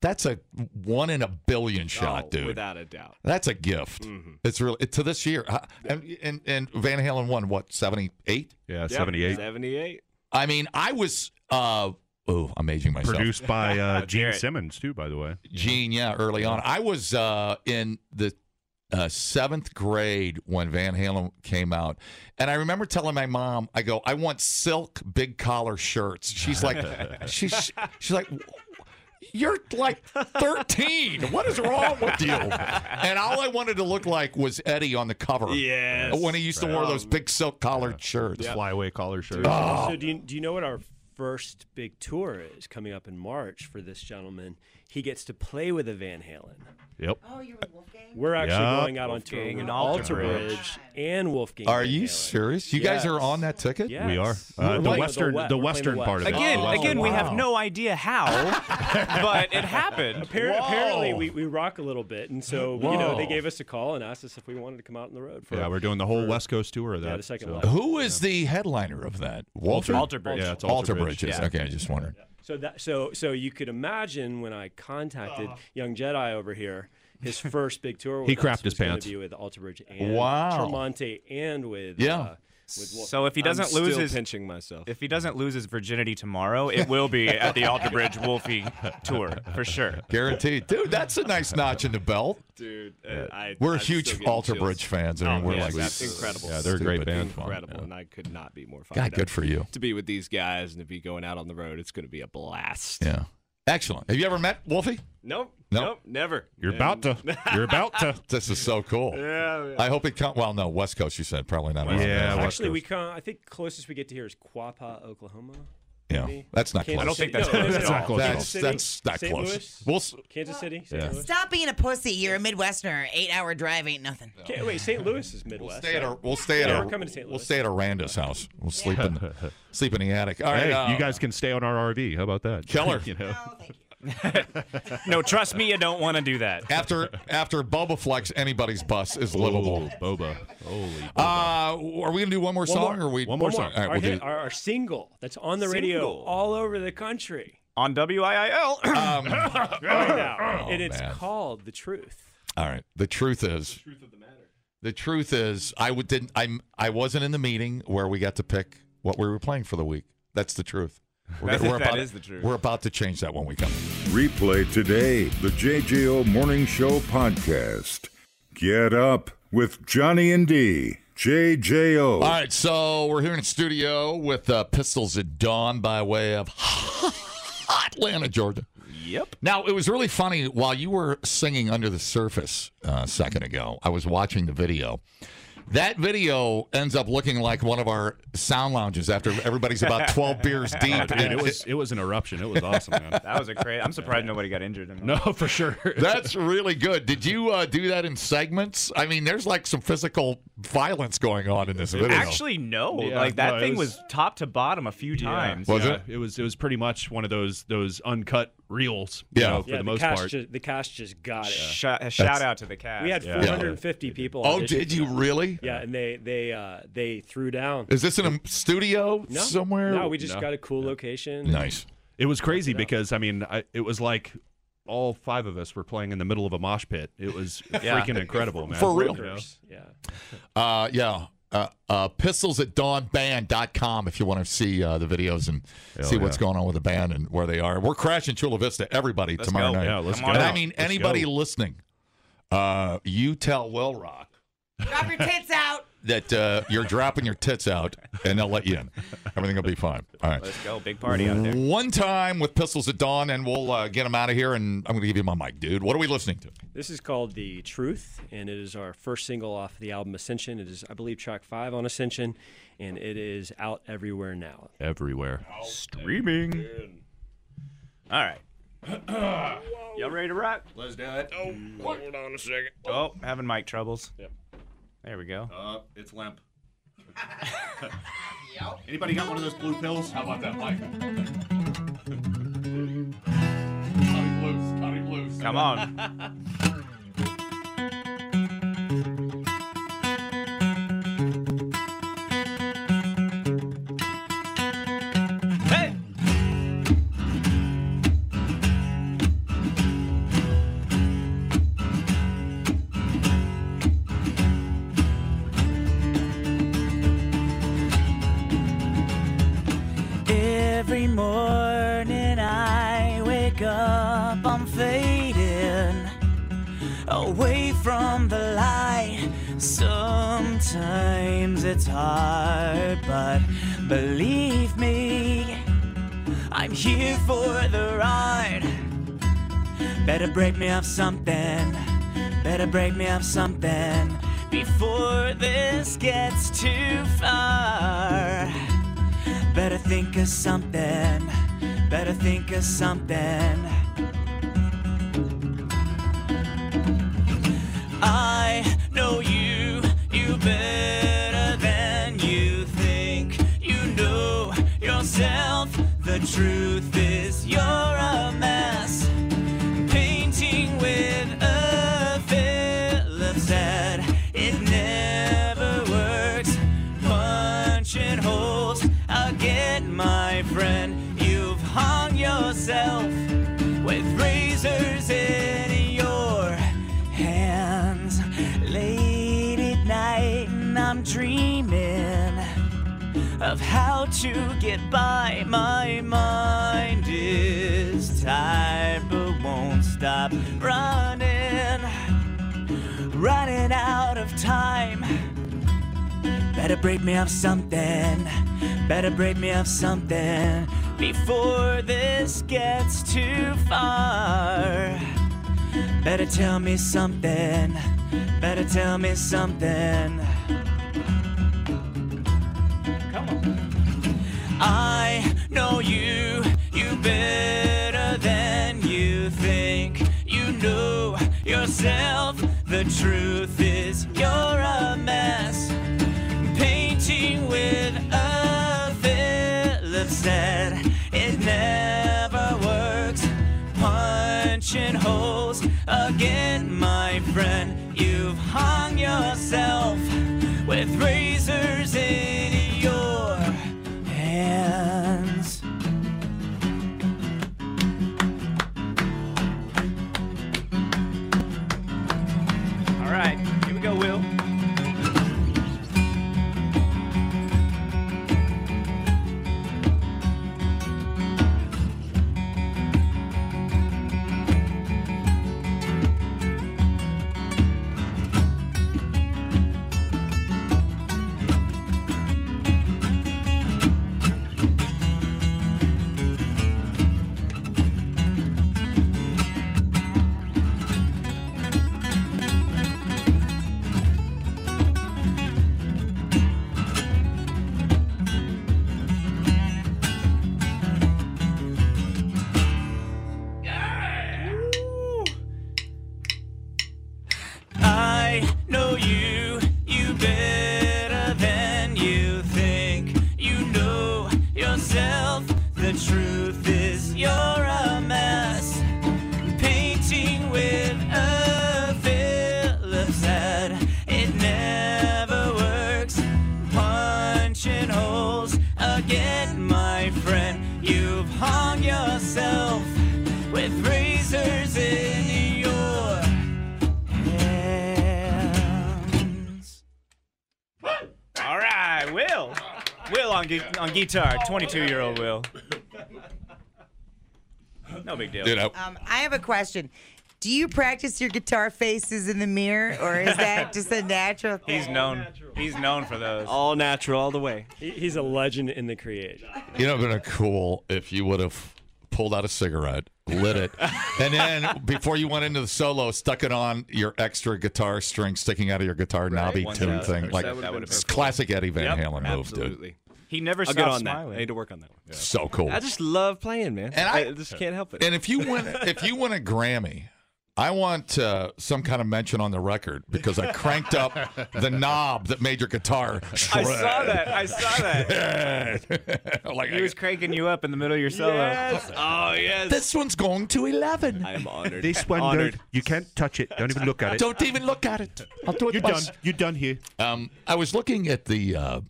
S2: that's a one in a billion shot,
S12: Mm-hmm. Oh,
S2: dude.
S12: Without Mm. a doubt.
S2: that's a gift.
S5: Mm-hmm.
S2: It's really to this year. Uh, And, and and Van Halen won what seventy eight.
S3: Yeah,
S12: Yep,
S3: 78.
S12: 78.
S2: I mean, I was uh oh, I'm aging myself.
S3: Produced by uh, Gene
S12: Jarrett.
S3: Simmons, too, by the way.
S2: Gene, yeah, early on. I was uh, in the uh, seventh grade when Van Halen came out, and I remember telling my mom, "I go, I want silk big collar shirts." She's like, she's she's like. You're like 13. What is wrong with you? And all I wanted to look like was Eddie on the cover.
S12: Yes.
S2: When he used to wear those big silk collared shirts.
S3: Flyaway collar shirt.
S5: So do you, do you know what our first big tour is coming up in March for this gentleman? He gets to play with a Van Halen.
S3: Yep.
S6: Oh, you're with Wolfgang?
S5: We're actually
S3: Yup.
S5: going out on tour
S4: Wolfgang
S5: with
S4: and
S5: Alter
S4: Alter
S5: Bridge.
S6: Bridge.
S5: and Wolfgang.
S2: Are
S5: Van
S2: you
S5: Halen.
S2: serious? You guys are
S5: Yes.
S2: on that ticket?
S5: Yes.
S3: We are. Uh, the
S5: We're-
S3: western,
S5: we-
S3: the
S5: we're playing
S3: western part of it.
S4: Again,
S3: The western
S4: again, we
S3: part.
S4: have no idea how, but it happened.
S5: Appar- Apparently, we, we rock a little bit, and so you know they gave us a call and asked us if we wanted to come out on the road. For,
S3: Yeah, we're doing the whole West Coast tour of that.
S5: yeah, the second
S3: so.
S5: leg.
S2: Who is the headliner of that? Walter?
S4: Alter Bridge.
S3: Yeah, it's
S2: Alter
S3: Alter Bridge.
S2: Bridges.
S3: Yeah.
S2: Okay, I just wondered.
S5: So that so so you could imagine when I contacted Young Jedi over here, his first big tour. With
S3: He crapped
S5: us
S3: his
S5: was gonna
S3: pants.
S5: Be with Alter Bridge and
S2: Wow.
S5: Tremonte and with
S2: Yeah.
S5: uh, with Wolf.
S4: So if he doesn't
S12: I'm
S4: lose
S12: still
S4: his
S12: pinching myself.
S4: if he doesn't lose his virginity tomorrow, it will be at the Alter Bridge Wolfie tour for sure.
S2: Guaranteed. Dude, that's a nice notch in the belt.
S12: Dude, uh, I,
S2: We're
S12: I'm still
S2: huge
S12: getting
S2: Alter
S12: chills.
S2: Bridge fans. I mean,
S12: Oh,
S2: we're
S12: yeah,
S2: like,
S12: that's incredible.
S3: Yeah, they're a great
S2: stupid
S3: band.
S2: fun.
S12: incredible,
S2: Yeah.
S12: and I could not be more fired
S2: God, good
S12: up.
S2: for you.
S12: to be with these guys and to be going out on the road. It's going to be a blast.
S2: Yeah. Excellent. Have you ever met Wolfie?
S12: Nope,
S2: Nope.
S12: nope, never.
S3: You're about to. You're about to.
S2: This is so cool.
S12: Yeah,
S2: I hope it comes. Well, no, West Coast, you said. Probably not. around
S3: Yeah,
S2: there.
S3: West
S5: Actually, we
S3: Coast.
S5: come. I think closest we get to here is Quapaw, Oklahoma.
S2: yeah. That's not close.
S5: Kansas
S4: don't think
S5: City-
S4: that's
S5: no,
S4: close
S5: no,
S4: at
S5: no, no.
S3: all. That's not close at
S2: That's,
S5: Kansas City,
S2: that's not
S5: St.
S2: close.
S5: Louis,
S2: We'll s-
S5: Kansas City. St.
S3: Yeah.
S5: Louis.
S6: Stop being a pussy. You're a Midwesterner. Eight hour drive ain't nothing.
S5: Okay, wait, St. Louis is
S2: We'll
S5: Midwest.
S2: stay at
S5: right?
S2: a, we'll stay at
S5: Yeah,
S2: a,
S5: we're coming to St.
S2: we'll
S5: Louis.
S2: stay at Aranda's house. We'll sleep in the, sleep in the attic. All right,
S3: Hey,
S2: uh,
S3: you guys can stay on our RV. How about that?
S2: Killer.
S3: you know.
S6: Oh, thank you.
S4: No, trust me, you don't want to do that.
S2: After after Boba Flex, anybody's bus is livable.
S3: Ooh, Boba. Holy.
S2: Uh, are we gonna do one more song, or we
S3: One more song.
S2: All right,
S5: our,
S2: we'll
S5: hit,
S2: do.
S5: our, our single that's on the radio
S4: Single.
S5: all over the country
S4: On WIIL.
S5: right now, and it's
S2: man.
S5: called "The Truth."
S2: um, All right. The truth is. The truth is, I would didn't. I'm. I wasn't in the meeting where we got to pick what we were playing for the week. That's the truth. We're,
S4: That's- that
S2: about,
S4: is the truth.
S2: We're about to change that when we come.
S1: Replay today the JJO Morning Show podcast. Get up with Johnny and D. JJO.
S2: All right, so we're here in studio with uh, Pistols at Dawn by way of Atlanta, Georgia. Yep. Now it was really funny while you were singing "Under the Surface" uh, a second ago. I was watching the video. That video ends up looking like one of our sound lounges after everybody's about twelve beers deep.
S3: Dude, it was it was an eruption. It was awesome, man.
S4: That was a crazy. I'm surprised nobody got injured. In that.
S3: No, for sure.
S2: That's really good. Did you uh, do that in segments? I mean, there's like some physical violence going on in this video.
S4: Actually, no.
S3: Yeah,
S4: like that
S3: no, it
S4: thing
S3: was-
S4: was... top to bottom a few times.
S2: Was
S3: Yeah,
S2: it?
S3: It was. It was pretty much one of those those uncut reels. you
S2: Yeah.
S3: know, for
S5: yeah,
S3: the most
S5: cast
S3: part.
S5: Just, the cast just got it.
S4: Sh- a shout out to the cast.
S5: We had
S3: Yeah.
S5: 450 people.
S2: oh,
S5: audition
S2: did
S5: for
S2: you
S5: that.
S2: really?
S5: Yeah, and they they uh, they threw down.
S2: Is this in a studio
S5: No,
S2: somewhere?
S5: No, we just
S3: No.
S5: got a cool location.
S2: Nice.
S3: It was crazy because I mean, I, it was like all five of us were playing in the middle of a mosh pit. It was freaking incredible, man.
S2: For real.
S3: You know?
S5: Yeah.
S2: Uh, yeah. Uh, uh, pistols at dawnband.com if you want to see uh, the videos and see what's
S3: yeah.
S2: going on with the band and where they are. We're crashing Chula Vista, everybody, tomorrow
S4: go.
S2: night.
S3: Yeah, let's
S4: Come on
S2: and
S3: go.
S2: I mean,
S3: Let's
S2: anybody
S3: go.
S2: listening, uh, you tell Will Rock
S6: Drop your tits out.
S2: that uh, you're dropping your tits out and they'll let you in. Everything will be fine. All right.
S4: Let's go, big party out there.
S2: One time with Pistols at Dawn, and we'll uh, get them out of here. And I'm going to give you my mic, dude. What are we listening to?
S5: This is called The Truth, and it is our first single off the album Ascension. It is, I believe, track five on Ascension, and it is out everywhere now.
S3: Everywhere.
S4: Streaming. All right. Y'all ready to rock?
S9: Let's do it. Oh, hold on a second.
S4: Oh, having mic
S3: Uh,
S4: troubles. Yep. There we go.
S9: Uh, it's limp.
S13: Anybody got one of those blue pills? How about that mic? Cut him loose.
S4: Come on.
S14: Hey! Every morning I wake up, I'm fading away from the light. Sometimes it's hard, but believe me, I'm here for the ride. Better break me up something, better break me up something before this gets too far. Better think of something. Better think of something. I know you, you better than you think. You know yourself. The truth is, you're a mess. Painting with a Phillips head. It never works punching holes again, my friend. You've hung yourself with razors in your hands. Late at night, and I'm dreaming of how to get by. My mind is tired, but won't stop running, running out of time. Better break me up something. Better break me up something before this gets too far. Better tell me something. Better tell me something. I know you, you better than you think. You know yourself. The truth is, you're a mess. Painting with a Phillips head, it never works. Punching holes again, my friend. You've hung yourself with razors in your hands. All right, here we go, Will. I know you, you better than you think. You know yourself, the truth is you're a mess. Painting with a Phillips head, it never works. Punching holes again, my friend. You've hung yourself with razors in your all right, Will. Will on, gu- on guitar, 22 year old Will. No big deal.
S2: Dude, I-
S6: Um, I have a question. Do you practice your guitar faces in the mirror, or is that just a natural thing?
S4: He's known. He's known for those.
S12: All natural, all the way.
S5: He- He's a legend in the creation.
S2: You know, it would have been cool if you would have pulled out a cigarette, lit it, and then before you went into the solo, stuck it on your extra guitar string sticking out of your guitar knobby
S12: One
S2: tune
S12: thousand
S2: thing.
S12: percent.
S2: Like,
S12: That would've been
S2: it's
S12: perfect.
S2: classic Eddie
S12: Yep,
S2: Van Halen move, dude.
S12: Absolutely.
S4: He never
S12: I'll
S4: stops
S12: get on that. I
S4: smiling.
S12: need to work on that one.
S2: So cool.
S12: I just love playing, man.
S2: And I-
S12: I just can't help it.
S2: And if you win, if you win a Grammy, I want uh, some kind of mention on the record because I cranked up the knob that made your guitar.
S4: I saw that. I saw
S2: that. like
S4: he was cranking you up in the middle of your solo.
S12: Yes. Oh yes.
S2: This one's going to eleven.
S12: I am honored.
S15: This one, dude, you can't touch it. Don't even look at it.
S2: Don't even look at it. I'll do it.
S15: You're
S2: myself.
S15: done. You're done here.
S2: Um, I was looking at the uh,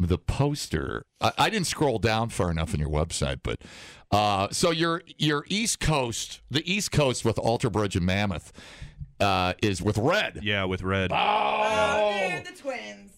S2: the poster. I, I, didn't scroll down far enough on your website, but uh, so your your East Coast, the East Coast with Alter Bridge and Mammoth, uh, is with Red.
S3: Yeah, with Red.
S2: Oh,
S6: oh they're the twins.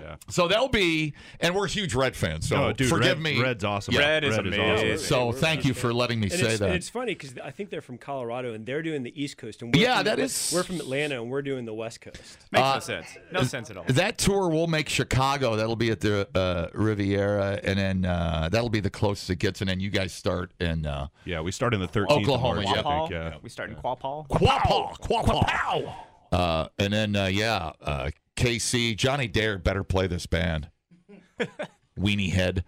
S3: Yeah.
S2: So they'll be, and we're huge Red fans. So
S3: No, Oh, dude,
S2: forgive
S3: Red-
S2: me.
S3: Red's awesome.
S2: Yeah.
S4: Red is
S3: Red is
S4: amazing.
S3: awesome.
S2: So thank you for letting me
S5: And
S2: say
S5: it's,
S2: that.
S5: and it's funny because I think they're from Colorado and they're doing the East Coast, and we're
S2: Yeah,
S5: from,
S2: that
S5: the-
S2: is-
S5: we're from Atlanta and we're doing the West Coast.
S4: Makes
S2: Uh,
S4: no sense. No sense at all.
S2: That tour will make Chicago. That'll be at the uh, Riviera, and then uh, that'll be the closest it gets. And then you guys start in uh,
S3: Yeah, we start in the 13th. of
S2: Oklahoma,
S3: March, I
S2: yeah.
S3: think. Yeah.
S4: We start in Quapaw.
S2: Quapaw, Quapaw, uh, and then uh, yeah, uh, KC. Johnny Dare better play this band. Weenie Head,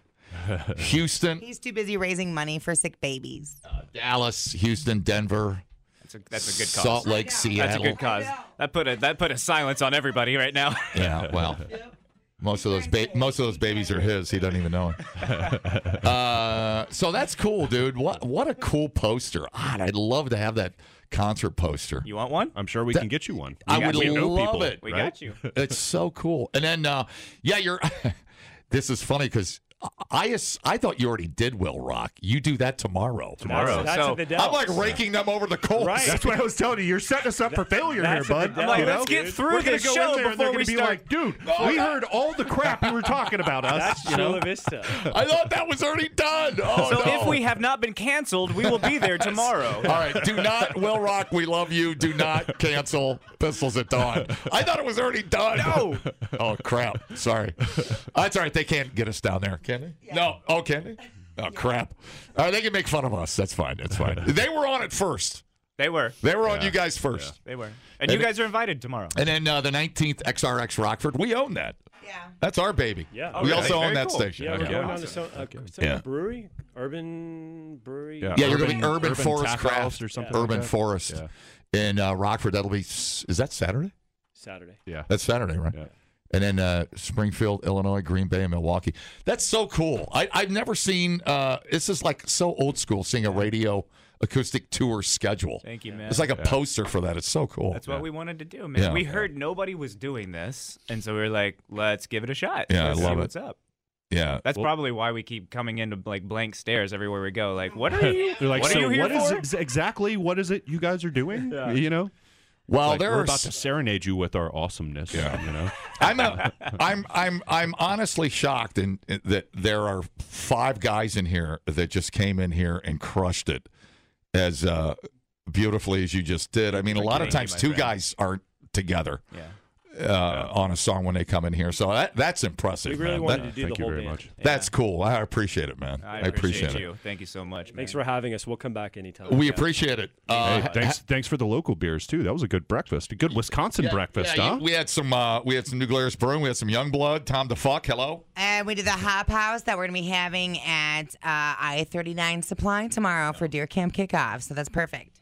S2: Houston,
S6: He's too busy raising money for sick babies.
S2: Dallas, Houston, Denver,
S4: That's a, that's a good cause.
S2: Salt Lake, Seattle.
S4: That's a good cause. That put a that put a silence on everybody right now.
S2: Yeah, well, most of those ba- most of those babies are his. He doesn't even know it. Uh, so that's cool, dude. What what a cool poster. God, I'd love to have that concert poster.
S4: You want one?
S3: I'm sure we
S2: That-
S3: can get you one.
S2: I
S3: We-
S2: would
S3: we know
S2: love
S3: people,
S2: it.
S4: We
S3: right?
S4: got you.
S2: It's so cool. And then, uh, yeah, you're. this is funny because I ass- I thought you already did Will Rock. You do that tomorrow.
S5: That's, that's
S4: So,
S5: at the Dells.
S2: I'm like raking them over the coals.
S5: Right.
S15: That's what I was telling you. You're setting us up for failure here,
S5: that's what
S15: bud.
S5: the
S15: You
S5: devil-
S4: I'm like,
S15: know?
S4: let's get
S15: Dude.
S4: through
S15: We're gonna
S4: this
S15: go
S4: show
S15: in there and they're
S4: before
S15: gonna
S4: we
S15: be
S4: start-
S15: like, dude, we heard all the crap you were talking about us.
S5: That's
S15: you know?
S5: Chula Vista.
S2: I thought that was already done. Oh,
S4: so
S2: no. Uh,
S4: if we have not been canceled, we will be there tomorrow.
S2: All right. Do not, Will Rock, we love you. Do not cancel Pistols at Dawn. I thought it was already done. No. oh, crap. Sorry. That's all right. They can't get us down there, can they? No. Oh, can they? Oh, crap. All right. They can make fun of us. That's fine. That's fine. they were on it first.
S4: They were.
S2: They were on you guys first.
S4: They were. And you guys are invited tomorrow.
S2: And then uh, the 19th, XRX Rockford. We own that.
S6: Yeah.
S2: That's our baby.
S5: Yeah.
S2: We
S5: Okay.
S2: also
S4: Very
S2: own that
S4: cool.
S2: station.
S5: Yeah, we're
S2: Okay.
S5: going down to some, uh, some
S2: Yeah.
S5: brewery, urban brewery.
S3: Yeah.
S2: Yeah, you're going to be Urban,
S3: Urban
S2: Forest
S3: Tap
S2: Craft
S3: House or something
S2: Urban
S3: like that.
S2: Forest in uh, Rockford. That'll be, s- is that Saturday?
S5: Saturday.
S2: That's Saturday, right?
S3: Yeah.
S2: And then uh, Springfield, Illinois, Green Bay, and Milwaukee. That's so cool. I, I've never seen. Uh, this is like so old school. Seeing a radio acoustic tour schedule.
S4: Thank you, man.
S2: It's like a poster for that. It's so cool.
S4: That's what we wanted to do, man.
S2: Yeah.
S4: We heard nobody was doing this, and so we were like, let's give it a shot.
S2: Yeah, I
S4: Let's
S2: love
S4: see
S2: it.
S4: what's up.
S2: yeah.
S4: That's probably why we keep coming into like blank stares everywhere we go. Like, what are you?
S3: They're like,
S4: what
S3: so
S4: are you here
S3: what is
S4: for?
S3: ex- exactly what is it you guys are doing? You know,
S2: Well,
S3: Like,
S2: there
S3: we're
S2: are.
S3: about
S2: s-
S3: to serenade you with our awesomeness. Yeah, you know.
S2: I'm, a, I'm, I'm, I'm honestly shocked in, in that there are five guys in here that just came in here and crushed it as uh, beautifully as you just did. I mean, a lot of
S4: Thank you,
S2: times
S4: my
S2: two
S4: friend.
S2: guys aren't together.
S4: Yeah.
S2: uh, on a song when they come in here. So that, that's impressive.
S5: We really
S2: man.
S5: wanted
S2: That-
S5: to do
S3: thank
S5: the
S3: you
S5: whole
S3: very
S5: band.
S3: much.
S5: Yeah.
S2: That's cool. I appreciate it, man.
S4: I appreciate,
S2: it.
S4: you. Thank you so much.
S5: Thanks
S4: man.
S5: for having us. We'll come back anytime.
S2: We appreciate it. Uh,
S3: Hey, thanks, thanks for the local beers too. That was a good breakfast, a good Wisconsin breakfast,
S2: yeah,
S3: huh?
S2: you- we had some. Uh, we had some New Glarus Brewing. We had some Young Blood. Tom DeFuck. Hello.
S6: And we did the Hop House that we're going to be having at uh, I 39 Supply tomorrow for Deer Camp kickoff. So that's perfect.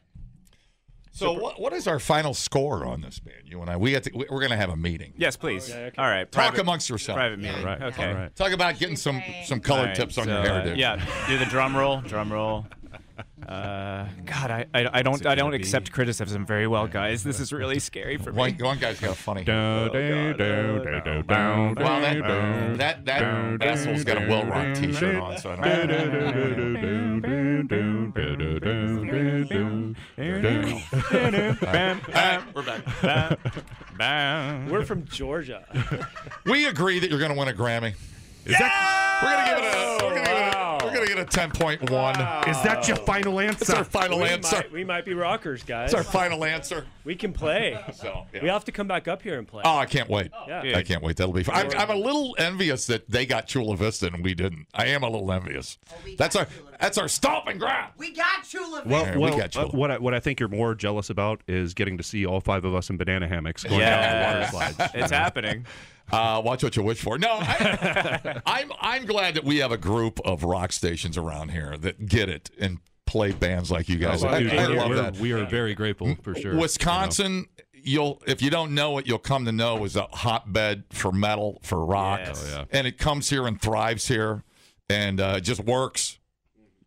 S2: So what, what is our final score on this man? You and I. We got. To, we- we're going to have a meeting.
S4: Yes, please. All right.
S2: Talk
S4: private,
S2: amongst yourselves.
S4: private meeting.
S3: Right.
S4: Okay.
S3: All right.
S2: Talk about getting some some color
S4: All right,
S2: tips on
S4: so,
S2: your hair, dude.
S4: uh, yeah, do the drum roll, drum roll. Uh, God, I, I, I don't I don't accept criticism very well, guys. This is really scary for
S2: One,
S4: me.
S2: one guy's got a funny.
S3: Wow,
S2: Wow,
S3: that
S2: that that that asshole's got a Will Rock T-shirt on, so I don't. All right, we're back.
S5: We're from Georgia.
S2: We agree that you're going to win a Grammy. We're gonna give it a. We're gonna, give it a, we're gonna get a ten point one.
S15: Is that
S4: Oh.
S15: your final answer?
S2: It's our final
S5: we,
S2: answer.
S5: might, we might be rockers, guys.
S2: It's our final answer.
S5: We can play.
S2: So, yeah.
S5: We have to come back up here and play.
S2: Oh, I can't wait.
S5: Yeah.
S2: I can't wait. That'll be fun. I'm, I'm a little envious that they got Chula Vista and we didn't. I am a little envious.
S6: Oh, we
S2: That's our
S6: got Chula Vista.
S2: that's our stomping ground.
S6: We got Chula
S3: Well,
S2: Yeah, we
S3: well,
S2: got you.
S3: uh, what I, what I think you're more jealous about is getting to see all five of us in banana hammocks going
S4: Yes.
S3: down the water slides.
S4: it's happening.
S2: Uh, watch what you wish for. No, I, I'm I'm glad that we have a group of rock stations around here that get it and play bands like you guys. I,
S3: Oh, Dude,
S2: I
S3: we're-
S2: love
S3: we're-
S2: that.
S3: We are very grateful for sure.
S2: Wisconsin, you'll if you don't know it, you'll come to know is a hotbed for metal, for rock,
S3: Yes. Oh, yeah.
S2: and it comes here and thrives here, and uh, it just works.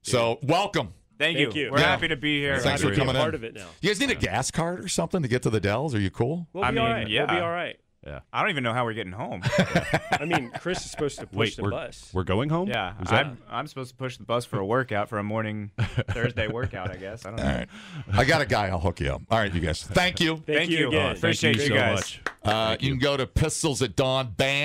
S2: So welcome.
S4: Thank,
S5: Thank
S4: you.
S5: you.
S4: We're
S5: Yeah.
S4: happy to be here.
S2: Thanks
S5: Happy to
S2: for
S5: be a
S2: coming in.
S5: part of it now.
S2: You guys need a gas card or something to get to the Dells? Are you cool?
S5: We'll be
S4: I mean,
S5: all right.
S4: yeah.
S5: We'll be all right.
S3: Yeah.
S4: I don't even know how we're getting home.
S5: I mean, Chris is supposed to push
S3: Wait,
S5: the
S3: we're,
S5: bus.
S3: we're going home?
S4: Yeah,
S3: Is that-
S4: I'm, I'm supposed to push the bus for a workout for a morning Thursday workout, I guess. I don't know.
S2: All right. I got a guy. I'll hook you up. All right, you guys. Thank you.
S5: Thank, you, again.
S3: thank
S4: Appreciate you
S3: so
S4: guys.
S3: much.
S2: Uh, you can go to pistols at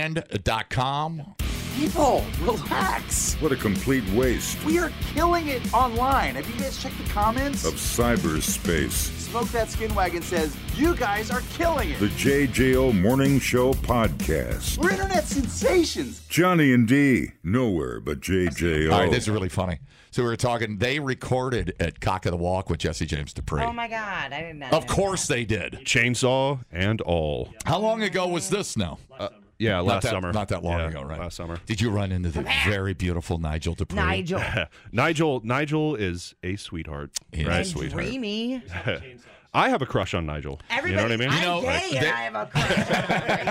S2: dawnband.com.
S3: Oh.
S16: People, relax.
S1: What a complete waste
S16: We are killing it online. Have you guys checked the
S2: Oh,
S16: comments?
S1: of cyberspace.
S16: Smoke That Skin Wagon says, You guys are killing it.
S1: The JJO Morning Show Podcast.
S16: We're internet sensations.
S1: Johnny and D, nowhere but JJO.
S2: All right, this is really funny. So we were talking. They recorded at Cock of the Walk with Jesse James Dupree.
S6: Oh my God, I didn't know.
S2: of course they did.
S3: Chainsaw and all.
S2: How long ago was this now?
S3: Yeah,
S2: Not
S3: last
S2: that-
S3: summer.
S2: Not that long
S3: Yeah,
S2: ago, right?
S3: Last summer.
S2: Did you run into the very beautiful Nigel Dupree?
S6: Nigel.
S3: Nigel Nigel is a sweetheart.
S2: He's
S3: right?
S2: a sweetheart.
S6: Dreamy.
S3: I have a crush on Nigel.
S6: Everybody,
S3: you know what I mean?
S6: I'm gay and I have a crush.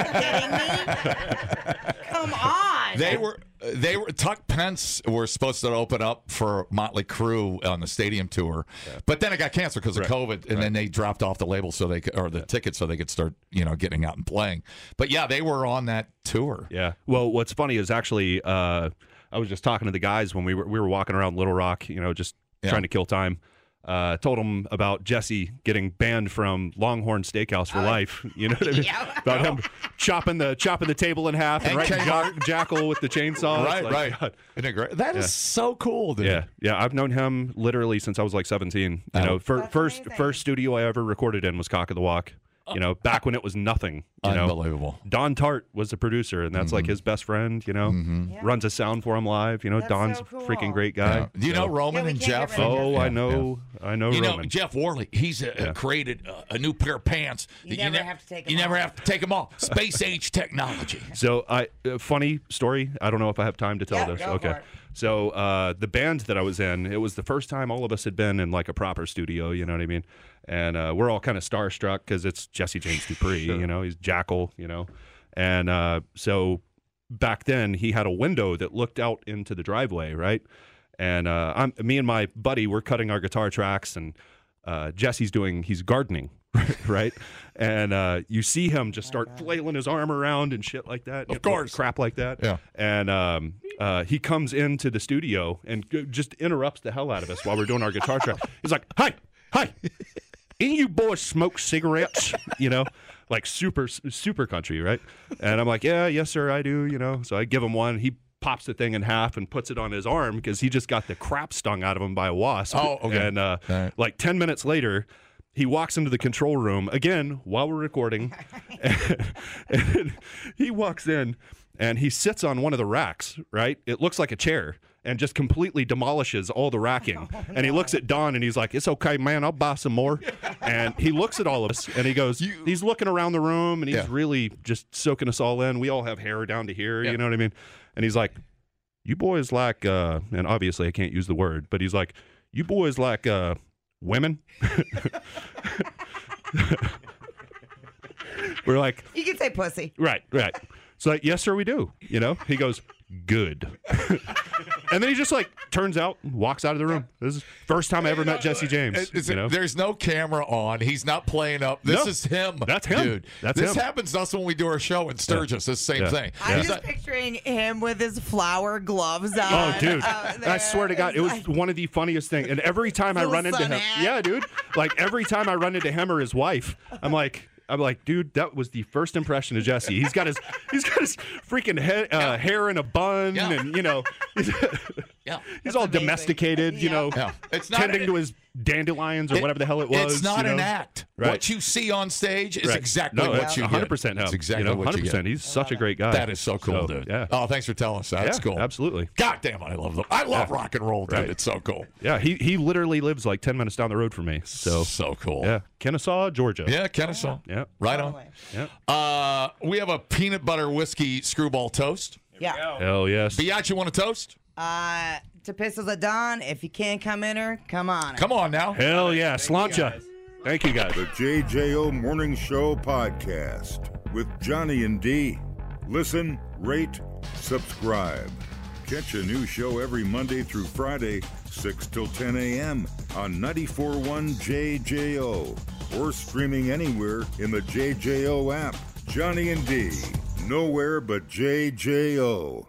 S6: Are you kidding me? Come on.
S2: They were, they were. Tuck Pence were supposed to open up for Motley Crue on the stadium tour, but then it got canceled because of
S3: Right,
S2: COVID, and then they dropped off the label so they could, or the tickets so they could start, you know, getting out and playing. But yeah, they were on that tour.
S3: Yeah. Well, what's funny is actually, uh, I was just talking to the guys when we were we were walking around Little Rock, you know, just
S2: Yeah.
S3: trying to kill time. Uh, told them about Jesse getting banned from Longhorn Steakhouse for life. You know what I mean? About him chopping the chopping the table in half and,
S2: And
S3: writing
S2: came
S3: jack- jackal with the chainsaw. Oh, It's
S2: Right,
S3: like,
S2: right.
S3: God.
S2: Isn't it great? That is
S3: Yeah.
S2: so cool, dude.
S3: Yeah, yeah. I've known him literally since I was like 17. You know, fir-
S6: That's
S3: first
S6: amazing.
S3: first studio I ever recorded in was Cock of the Walk. You know, back when it was nothing.
S2: uh,
S3: You know,
S2: Unbelievable.
S3: Don Tart was the producer, and that's like his best friend. You know, runs a sound for him live. You know,
S6: That's
S3: Don's
S6: so cool.
S3: freaking great
S2: Yeah.
S3: guy.
S2: Uh, Do you know Roman
S6: Yeah, we
S2: and
S6: can't get
S2: Jeff?
S6: rid of
S3: Oh,
S6: Yeah,
S3: I know, I know
S2: You know,
S3: Roman.
S2: Jeff Worley, he's uh created uh, a new pair of pants.
S6: You
S2: that
S6: never
S2: ne-
S6: have to take 'em
S2: You never
S6: off.
S2: have to take them off. Space age technology.
S3: So, I uh, funny story. I don't know if I have time to tell
S6: Yeah,
S3: this.
S6: go
S3: okay.
S6: for it.
S3: So, uh, the band that I was in, it was the first time all of us had been in like a proper studio. You know what I mean? And uh, we're all kind of starstruck because it's Jesse James Dupree. You know, he's Jackal. You know, and uh, so back then he had a window that looked out into the driveway, right? And uh, I'm me and my buddy we're cutting our guitar tracks, and uh, Jesse's doing he's gardening, right? and uh, you see him just start flailing his arm around and shit like that. Of
S2: course.
S3: crap like that.
S2: Yeah.
S3: And um, uh, he comes into the studio and g- just interrupts the hell out of us while we're doing our guitar track. He's like, "Hey, hey, any you boys smoke cigarettes?" You know, like super super country, right? And I'm like, "Yeah, yes, sir, I do." You know, so I give him one. He pops the thing in half and puts it on his arm because he just got the crap stung out of him by a wasp.
S2: Oh, okay.
S3: And uh,
S2: All right.
S3: like 10 minutes later, he walks into the control room again while we're recording. and, and he walks in and he sits on one of the racks, right? It looks like a chair and just completely demolishes all the racking. and he looks at Don and he's like, It's okay, man, I'll buy some more. and he looks at all of us and he goes, He's looking around the room and he's
S2: Yeah.
S3: really just soaking us all in. We all have hair down to here, you know what I mean? And he's like, you boys like uh and obviously I can't use the word, but he's like, you boys like uh women? We're like,
S6: You can say pussy.
S3: right, right. So like, yes, sir, we do. You know? He goes, Good. and then he just like turns out and walks out of the room. This is first time I ever met Jesse James.
S2: It's-
S3: you know?
S2: There's no camera on. He's not playing up. This
S3: No.
S2: is him.
S3: That's him.
S2: Dude.
S3: That's
S2: this
S3: him.
S2: happens to us when we do our show in Sturgis. This same
S3: Yeah.
S2: thing.
S6: I'm
S2: He's not-
S6: just picturing him with his flower gloves
S3: Oh,
S6: on.
S3: dude!
S6: out
S3: I
S6: there.
S3: swear to God, it was one of the funniest things. And every time I
S6: Little
S3: run into
S6: sun
S3: him,
S6: hat.
S3: yeah, dude, like every time I run into him or his wife, I'm like, I'm like, dude, that was the first impression of Jesse. He's got his, he's got his freaking he- uh, hair in a bun,
S2: Yeah.
S3: and you know, he's,
S2: yeah.
S3: he's all domesticated, you know,
S2: Yeah. It's not-
S3: tending to his dandelions or
S2: It-
S3: whatever the hell it was.
S2: It's not
S3: you
S2: an
S3: know?
S2: act.
S3: Right.
S2: What you see on stage is
S3: Right.
S2: exactly
S3: no,
S2: what
S3: it's
S2: you get.
S3: 100 percent him.
S2: It's exactly
S3: you know,
S2: what you
S3: 100%.
S2: get.
S3: He's such a great guy.
S2: That is so cool,
S3: So,
S2: dude.
S3: Yeah.
S2: Oh, thanks for telling us that. That's
S3: Yeah,
S2: cool.
S3: absolutely.
S2: God damn it, I love them. I love rock and roll, dude. It's so cool.
S3: Yeah, he, he literally lives like 10 minutes down the road from me. So,
S2: so cool.
S3: yeah, Kennesaw, Georgia.
S2: Yeah, Kennesaw.
S3: Yeah.
S2: Right on.
S3: Yeah.
S2: Uh, we have a peanut butter whiskey screwball toast.
S6: Yeah.
S3: Hell yes.
S2: Biatch, you want a toast?
S6: Uh, to Pistols at Dawn. If you can't come in her, come on.
S2: Come on now.
S3: Hell yeah, Slancha.
S1: Thank you guys. The JJO Morning Show podcast with Johnny and D. Listen, rate, subscribe. Catch a new show every Monday through Friday, 6 till 10 a.m. on 941 JJO or streaming anywhere in the JJO app. Johnny and D. Nowhere but JJO.